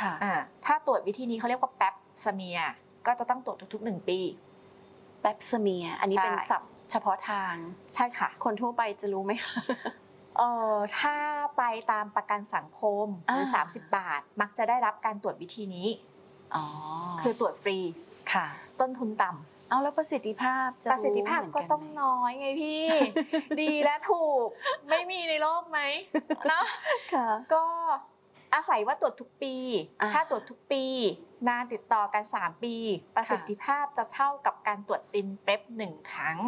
ค่ะ
อ่าถ้าตรวจวิธีนี้เขาเรียกว่าแป๊บสเมียก็จะต้องตรวจทุกๆหนึ่งปี
แปปเซเมีย อันนี้
ใช่
เป็นศัพท์เฉพาะทาง
ใช่ค่ะ
คนทั่วไปจะรู้ไหมคะ
เออถ้าไปตามประกันสังคมหรือ
อ่า
30 บาท มักจะได้รับการตรวจวิธีนี้
อ๋อ
คือตรวจฟรี
ค่ะ
ต้นทุนต่ำ
เอาแล้วประสิทธิภาพจะ
ประสิทธิภาพก็ต้อง [laughs]
รู้เหมืนนไหม
น้อยไงพี่ ดีและถูก ไม่มีในโลกไหมเนาะ
ค่ะ
ก็อาศัยว่าตรวจทุกปี
อ่า
ถ้าตรวจทุกปี นานติดต่อกัน 3 ปี ประสิทธิภาพจะเท่ากับการตรวจตินเป๊ปหนึ่งครั้ง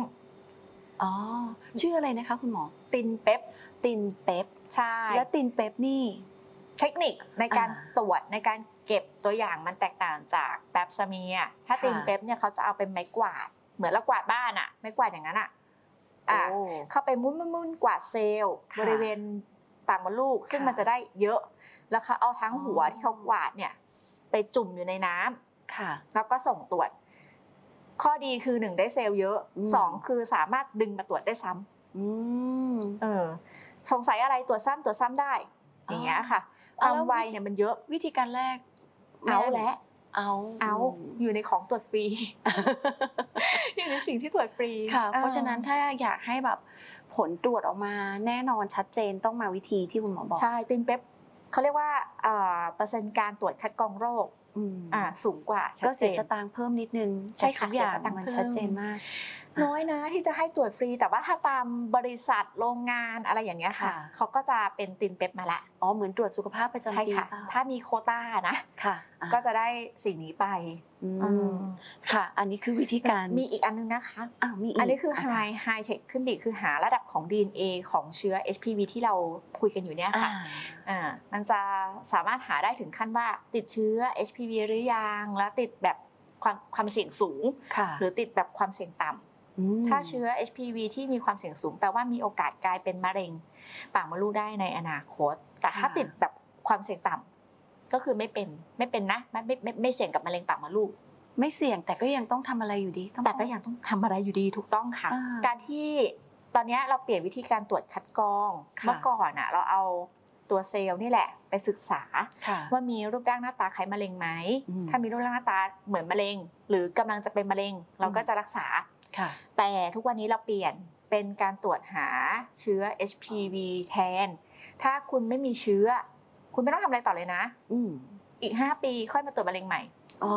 อ๋อชื่ออะไรนะคะคุณหมอ
ตินเป๊ป
ตินเป๊ป
ใช่
และตินเป๊ปนี่
เทคนิคในการ
อ่า
ตรวจในการเก็บตัวอย่างมันแตกต่างจากแป๊บสเมียถ้า
ค่ะ
ตีนเป๊ปเนี่ยเขาจะเอาเป็นไม้กวาด เหมือนเรากวาดบ้านอะไม้กวาดอย่างนั้นอะอ่ะ
โอ้
เข้าไปมุนมุนมุนกวาดเซลล์
ค่ะ
บริเวณปากมดลูก ซึ่ง
ค่ะ
มันจะได้เยอะ แล้วเขาเอาทั้ง
อ๋อ
หัวที่เขากวาดเนี่ยไปจุ่มอยู่ในน้ำ
ค่ะ
แล้วก็ส่งตรวจ ข้อดีคือหนึ่งได้เซลล์เยอะ
อืม
สองคือสามารถดึงมาตรวจได้ซ้ำ
อืม
เออสงสัยอะไรตรวจซ้ำตรวจซ้ำได้
อ๋ออ
อย่างเงี้ยค่ะ ความ
แล้ว
ไว
วิธี
เนี่ยมันเยอะ
วิธีการแรก
เอา
ไม่ได้
และ
เอา
เอา
ม
อยู่ในของตรวจ
[laughs]
ฟรี อยู่ในสิ่งที่ตรวจฟรี
ค่ะ
อ่
เพราะฉะนั้นถ้าอยากให้แบบผลตรวจออกมาแน่นอนชัดเจนต้องมาวิธีที่คุณหมอบอก
ใช่ตินเป๊ปเขาเรียกว่าเอ่อเปอร์เซ็นต์การตรวจคัดกรองโรค
อืม
อ่าสูงกว่าชัด
ก็
เจ
เสีย
น
สตางค์เพิ่มนิดนึง
ใช่
แต่
ค่ะ
ทุกอย่าง
เสียสตางค์
มัน
เพิ่ม
ชัดเจนมาก
น้อยนะที่จะให้ตรวจฟรี แต่ว่าถ้าตามบริษัทโรงงานอะไรอย่างเงี้ยค่ะ
ค่ะ
เขาก็จะเป็นตินเป๊ปมาละ
อ๋อเหมือนตรวจสุขภาพประจำ
ใช่
ปี
ค่ะ
เปล่า
ถ้ามีโควต้านะ
ค่ะอ่ะ
ก็จะได้สิ่งนี้ไป
อื
อื
ม
ม
ค่ะ อันนี้คือวิธีการ
มีอีกอันนึงนะคะ
อ้าวมีอีก
อันนี้คืออ
ะะ
high high tech ขึ้นดีคือหาระดับของ DNA ของเชื้อ HPV ที่เราคุยกันอยู่เนี่ย
อ่า
ค่ะอ่ามันจะสามารถหาได้ถึงขั้นว่าติดเชื้อ HPV หรือยัง แล้วติดแบบความความเสี่ยงสูง
ค่ะ
หรือติดแบบความเสี่ยงต่ำ
ม
ถ้าเชื้อ HPV ที่มีความเสี่ยงสูงแปลว่ามีโอกาสกลายเป็นมะเร็งปากมดลูกได้ในอนาคต แต่ถ้าติดแบบความเสี่ยงต่ำก็คือไม่เป็นไม่เป็นนะไม่ไม่ไม่ไม่เสี่ยงกับมะเร็งปากมดลูก
ไม่เสี่ยงแต่ก็ยังต้องทำอะไรอยู่ดีต้อง
แต่ก็ยังต้องทำอะไรอยู่ดีถูกต้องค่ะ
อ่า
การที่ตอนเนี้ยเราเปลี่ยนวิธีการตรวจคัดกรอง
ค่ะ
เมื่อก่อนอ่ะเราเอาตัวเซลล์นี่แหละ ไปศึกษา
ค่ะ
ว่ามีรูปร่างหน้าตาคล้ายมะเร็งไหม
อืม
ถ้ามีรูปร่างหน้าตาเหมือนมะเร็ง หรือกำลังจะเป็นมะเร็ง เราก็
อืม
จะรักษา
ค่ะ
แต่ทุกวันนี้เราเปลี่ยนเป็นการตรวจหาเชื้อ HPV แทน ถ้าคุณไม่มีเชื้อ คุณไม่ต้องทำอะไรต่อเลยนะ
อืม
อีก 5 ปีค่อยมาตรวจมะเร็งใหม่
อ๋อ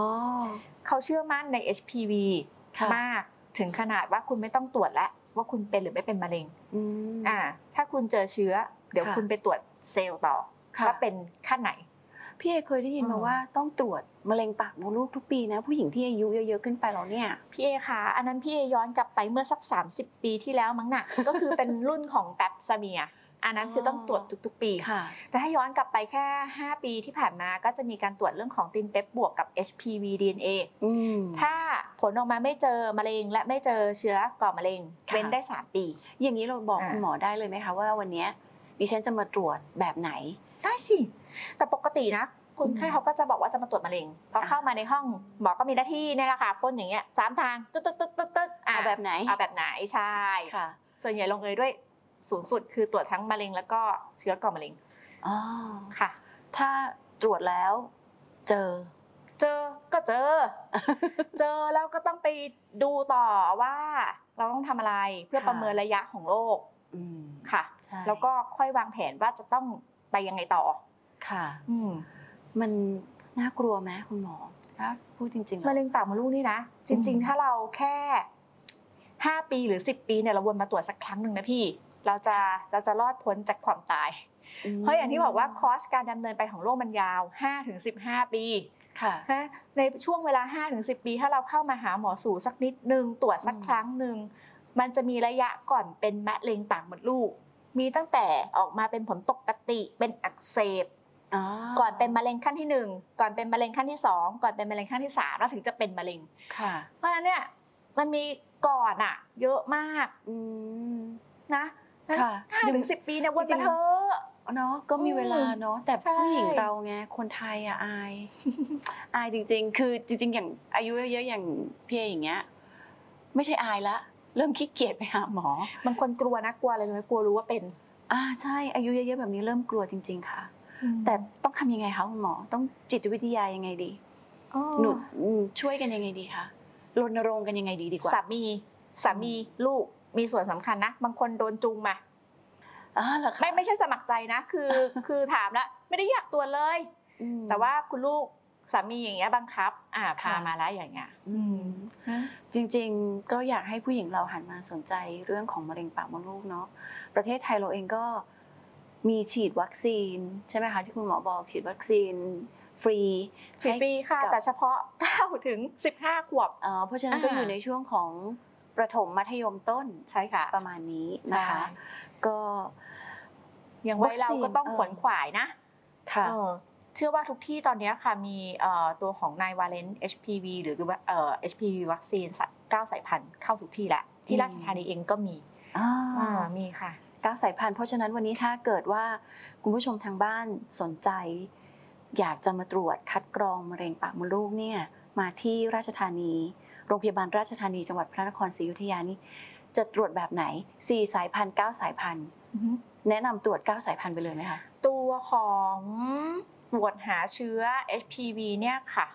เขาเชื่อมั่นใน HPV
ค่ะ
มากถึงขนาดว่าคุณไม่ต้องตรวจแล้วว่าคุณเป็นหรือไม่เป็นมะเร็ง
อืม
อ่าถ้าคุณเจอเชื้อ เดี๋ยว
ค่ะ
คุณไปตรวจเซลล์ต่อ
ค่ะ
ว่าเป็นขั้นไหน
พี่เอเคยได้ยินมา
อืม
ว่าต้องตรวจมะเร็งปากมดลูกทุกปีนะ ผู้หญิงที่อายุเยอะๆขึ้นไปแล้วเนี่ย
พี่เอคะอันนั้นพี่เอย้อนกลับไปเมื่อสัก 30 ปีที่แล้วมั้งน่ะ ก็คือเป็นรุ่นของแปปซาเมีย อันนั้นคือต้องตรวจทุก ๆ ปี
ค่ะ
แต่ถ้าย้อนกลับไปแค่ 5 ปีที่ผ่านมาก็จะมีการตรวจเรื่องของตินเป๊ปบวกกับ HPV DNA
อืม
ถ้า ผลออกมาไม่เจอมะเร็ง และไม่เจอเชื้อก่อมะเร็ง
ค่ะ
เว้นได้ 3 ปี
อย่างนี้เราบอก
อ่า
คุณหมอได้เลยไหมคะว่าวันเนี้ยดิฉันจะมาตรวจแบบไหน
ได้สิแต่ปกตินะคนไข้
อืม
เขาก็จะบอกว่าจะมาตรวจมะเร็งพอ
ค่ะ
เข้ามาในห้องหมอก็มีหน้าที่เนี่ยแหละค่ะพ่นอย่างเงี้ยสามทางตึ๊ดตึ๊ดตึ๊ดตึ๊ดตึ๊ดะ
เอาแบบไหน
เอาแบบไหนใช่
ค่ะ
ส่วนใหญ่ลงเอยด้วยสูงสุดคือตรวจทั้งมะเร็งแล้วก็เชื้อก่อมะเร็ง
อ๋อ
ค่ะ
ถ้าตรวจแล้วเจอ [laughs]
เจอก็เจอ เจอแล้วก็ต้องไปดูต่อว่า เราต้องทำอะไรเพื่อ
ค่ะ
ประเมินระยะของโรค
อืม
ค่ะ
ใช่
แล้วก็ค่อยวางแผนว่าจะต้องไปยังไงต่อ
ค่ะ
อืม
มันน่ากลัวไหมคุณหมอถ้าพูดจริงๆแล้ว
มะเร็งปากมดลูกนี่นะ จริง
อืม
ๆ ถ้าเราแค่ 5 ปีหรือ 10 ปีเนี่ยเราวนมาตรวจสักครั้งหนึ่งนะพี่ เราจะเราจะรอดพ้นจากความตาย
ม
เพราะอย่างที่บอกว่าคอร์สการดำเนินไปของโรคมันยาว 5-15 ปี
ค่ะ
นะในช่วงเวลา 5-10 ปี ถ้าเราเข้ามาหาหมอสูสักนิดนึง ตรวจสัก
อืม
ครั้งหนึ่งมันจะมีระยะก่อนเป็นมะเร็งปากมดลูก มีตั้งแต่ออกมาเป็นผลปกติเป็นอักเสบ
อ๋อ
ก่อนเป็นมะเร็งขั้นที่หนึ่งก่อนเป็นมะเร็งขั้นที่สองก่อนเป็นมะเร็งขั้นที่สามแล้วถึงจะเป็นมะเร็ง
ค่ะ
เพราะฉะนั้นเนี่ยมันมีก่อนอะเยอะมาก
อืม
นะ
ค่ะ
ห้าถึงสิบปีเนี่ยวน
จริ
มาง
ๆ
เถอะ
เนาะก็มีเวลา
อืม
เนาะแต่
ใช่
ผู้หญิงเราไงคนไทยอะอาย [laughs] อายจริง ๆ คือจริง ๆ อย่างอายุเยอะๆอย่างพี่เออย่างเงี้ยไม่ใช่อายละ เริ่มขี้เกียจไปหาหมอ
บางคนกลัวนะกลัวอะไรเลยกลัวรู้ว่าเป็น
อ่าใช่อายุเยอะๆแบบนี้เริ่มกลัวจริง ๆ ค่ะ แต่
แต่
ต้องทำยังไงคะคุณหมอ ต้องจิตวิทยายังไงดี ห
ห
นู
นุ
อืมช่วยกันยังไงดีคะรณรงค์กันยังไงดีดีกว่า
สามีสามีลูกมีส่วนสำคัญนะ บางคนโดนจูงมา
อ๋อเหรอคะ
ไม่ไม่ใช่สมัครใจนะ คือ
[laughs]
คือถามแล้วไม่ได้อยากตัวจเลย
อืม
แต่ว่าคุณลูกสามีอย่างเงี้ยบังคับ อ่าพา
ค่ะ
มาแล้วอย่างเงี้ย
อืม
ฮะ
จริงๆ ก็อยากให้ผู้หญิงเราหันมาสนใจเรื่องของมะเร็งปากมดลูกเนาะ ประเทศไทยเราเองก็มีฉีดวัคซีน ใช่ไหมคะที่คุณหมอบอกฉีดวัคซีนฟรี
ฉีดฟรีค่ะ
กับ
แต่เฉพาะ 9 ถึง 15 ขวบ
เอ่อเพราะฉะนั้นก็
อ่า
อยู่ในช่วงของประถมมัธยมต้น
ใช่ค่ะ
ประมาณนี้
นะ
นะคะ
คะ
ก็
อย่างวัยเราก็ต้องขวนขวายนะ
ค่ะ
เออเชื่อว่าทุกที่ตอนเนี้ยค่ะมีเอ่อตัวของนายวาเลน HPV หรือว่าเอ่อ HPV วัคซีน9สายพันธุ์เข้าทุกที่แหละ ที่
อืม
ราชธานีเองก็มี
อ่า
อ่ามีค่ะ
ก้าวสายพันธุ์เพราะฉะนั้นวันนี้ถ้าเกิดว่าคุณผู้ชมทางบ้านสนใจ อยากจะมาตรวจคัดกรองมะเร็งปากมดลูกเนี่ยมาที่ราชธานี โรงพยาบาลราชธานีจังหวัดพระนครศรีอยุธยานี่จะตรวจแบบไหน 4 สายพันธุ์9สายพันธุ์แนะนำตรวจ 9 สายพันธุ์ไปเลยไหมคะ
ตัวของตรวจหาเชื้อ HPV เนี่ยค่ะ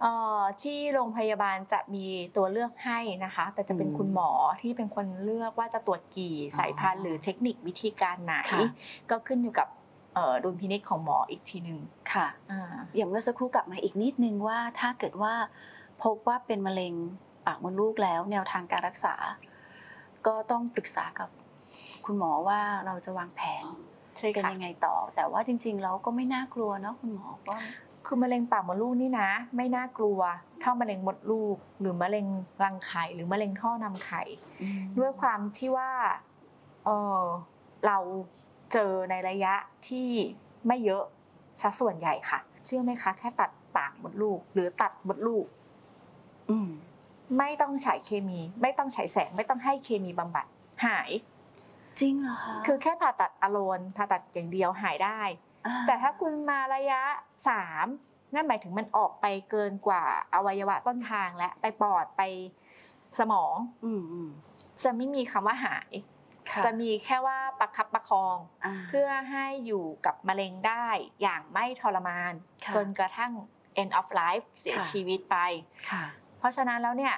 เอ่อที่โรงพยาบาลจะมีตัวเลือกให้นะคะ แต่จะเป็นคุณหมอที่เป็นคนเลือกว่าจะตรวจกี่สายพันธุ์หรือเทคนิควิธีการไหน ก็ขึ้นอยู่กับเอ่อดุลพินิจของหมออีกทีหนึ่ง
ค่ะ
อ่า
อย่างเมื่อสักครู่กลับมาอีกนิดนึงว่าถ้าเกิดว่าพบว่าเป็นมะเร็งปากมดลูกแล้ว แนวทางการรักษา ก็ต้องปรึกษากับคุณหมอว่าเราจะวางแผน
ใช่
กัน
ค่ะ
ยังไงต่อ แต่ว่าจริงๆแล้วก็ไม่น่ากลัวเนาะคุณหมอก็
คือมะเร็งปากมดลูกนี่นะ ไม่น่ากลัวเท่ามะเร็งมดลูก หรือมะเร็งรังไข่หรือมะเร็งท่อนำไข่ ด้วยความที่ว่าเออเราเจอในระยะที่ไม่เยอะซะส่วนใหญ่ค่ะ เชื่อไหมคะ แค่ตัดปากมดลูก หรือตัดมดลูก
อืม
ไม่ต้องใช้เคมี ไม่ต้องใช้แสง ไม่ต้องให้เคมีบำบัดหาย
จริงเหรอคะ
คือแค่ผ่าตัดอโลนผ่าตัดอย่างเดียวหายได้
า
แต่ถ้าคุณมาระยะ 3 นั่นหมายถึงมันออกไปเกินกว่าอวัยวะต้นทางและไปปอดไปสมอง
อืมอืม
จะไม่มีคำว่าหาย
ค่
จะมีแค่ว่าประคับประคอง
า
เพื่อให้อยู่กับมะเร็งได้อย่างไม่ทรมาน
ค่ะ
จนกระทั่ง end of life เสีย
ค่ะ
ชีวิตไป
ค่ะ
เพราะฉะนั้นแล้วเนี่ย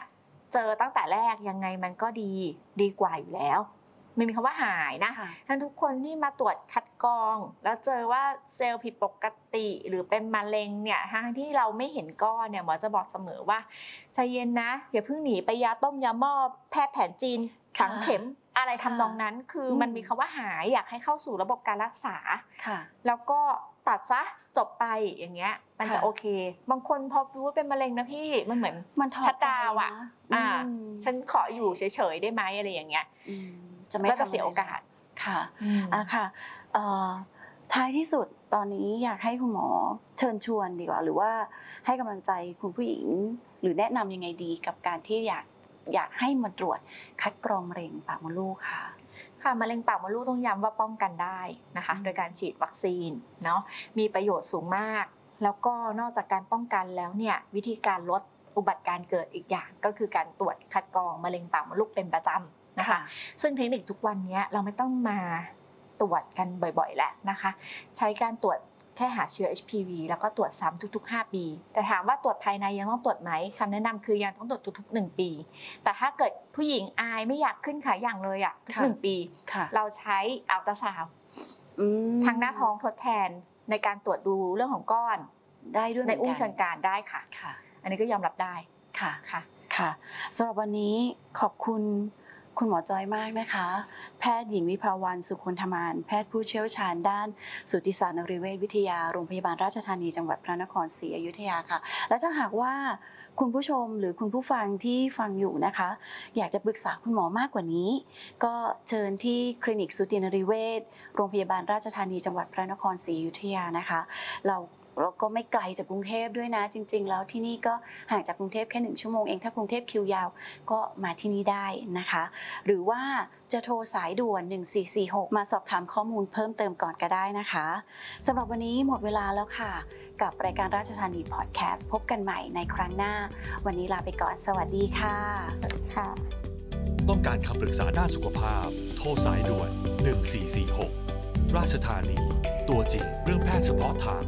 เจอตั้งแต่แรกยังไงมันก็ดีดีกว่าอยู่แล้ว ไม่มีคำว่าหายนะ
ค่ะ
ท่านทุกคนที่มาตรวจคัดกรอง แล้วเจอว่าเซลล์ผิดปกติหรือเป็นมะเร็งเนี่ยทั้งที่เราไม่เห็นก้อนเนี่ยหมอจะบอกเสมอว่าใจเย็นนะ อย่าเพิ่งหนีไปยาต้มยาหม้อแพทย์แผนจีน
ค่ะ
ฝังเข็มอะไรทำนองนั้น คืออ
ม
มันมีคำว่าหายอยากให้เข้าสู่ระบบการรักษา
ค่ะ
แล้วก็ตัดซะจบไปอย่างเงี้ย มันจะ
ค่ะ
โอเค บางคนพอรู้ว่าเป็นมะเร็งนะพี่มันเหมือน
มันถอด
ชัดดาวน์อะ
ใจน
อ่า
ม
ฉันขออยู่เฉยๆได้ไหมอะไรอย่างเงี้ย
อืมจะไม่
ก็จะ
ทำ
เสียโอกาส
ค่ะ
อืม
อ่ะค่ะเอ่อท้ายที่สุด ตอนนี้อยากให้คุณหมอเชิญชวนดีกว่า หรือว่าให้กำลังใจคุณผู้หญิง หรือแนะนำยังไงดีกับการที่อยากอยากให้มาตรวจคัดกรองมะเร็งปากมดลูกค่ะ
ค่ะมะเร็งปากมดลูกต้องย้ำว่าป้องกันได้นะคะ
อืม
โดยการฉีดวัคซีนเนาะมีประโยชน์สูงมาก แล้วก็นอกจากการป้องกันแล้วเนี่ยวิธีการลดอุบัติการเกิดอีกอย่าง ก็คือการตรวจคัดกรองมะเร็งปากมดลูกเป็นประจำนะคะ ซึ่งเทคนิคทุกวันเนี้ยเราไม่ต้องมาตรวจกันบ่อยๆ แล้วนะคะ ใช้การตรวจแค่หาเชื้อ HPV แล้วก็ตรวจซ้ำทุก ๆ 5 ปี แต่ถามว่าตรวจภายในยังต้องตรวจไหมคำแนะนำคือยังต้องตรวจทุกๆ 1 ปี แต่ถ้าเกิดผู้หญิงอายไม่อยากขึ้นขาอย่างเลยอะทุก
ค่ะ
หนึ่งปี
ค่ะ
เราใช้อัลตราซาวด์
อืม
ทางหน้าท้องทดแทนในการตรวจดูเรื่องของก้อน
ได้ด้วย
ใน
เหมื
อุ้ง
กั
เชิงการได้ค่ะ
ค่ะ
อันนี้ก็ยอมรับได้
ค่ะ
ค่ะ
ค่ะสำหรับวันนี้ขอบคุณคุณหมอจอยมากนะคะ แพทย์หญิงวิภาวันสุคนธมาน แพทย์ผู้เชี่ยวชาญด้านสูติศาสตร์นริเวชวิทยาโรงพยาบาลราชธานีจังหวัดพระนครศรีอยุธยาค่ะ และถ้าหากว่าคุณผู้ชมหรือคุณผู้ฟังที่ฟังอยู่นะคะ อยากจะปรึกษาคุณหมอมากกว่านี้ ก็เชิญที่คลินิกสูตินริเวชโรงพยาบาลราชธานีจังหวัดพระนครศรีอยุธยานะคะ เราเราก็ไม่ไกลจากกรุงเทพด้วยนะ จริง ๆ แล้วที่นี่ก็ห่างจากกรุงเทพแค่หนึ่งชั่วโมงเองถ้ากรุงเทพคิวยาวก็มาที่นี่ได้นะคะ หรือว่าจะโทรสายด่วน 1446 มาสอบถามข้อมูลเพิ่มเติมก่อนก็ได้นะคะสำหรับวันนี้หมดเวลาแล้วค่ะ กับรายการราชธานีพอดแคสต์พบกันใหม่ในครั้งหน้า วันนี้ลาไปก่อนสวัสดีค่ะ
ค่ะ
ต้องการคำปรึกษาด้านสุขภาพ โทรสายด่วน 1446 ราชธานี ตัวจริงเรื่องแพทย์เฉพาะทาง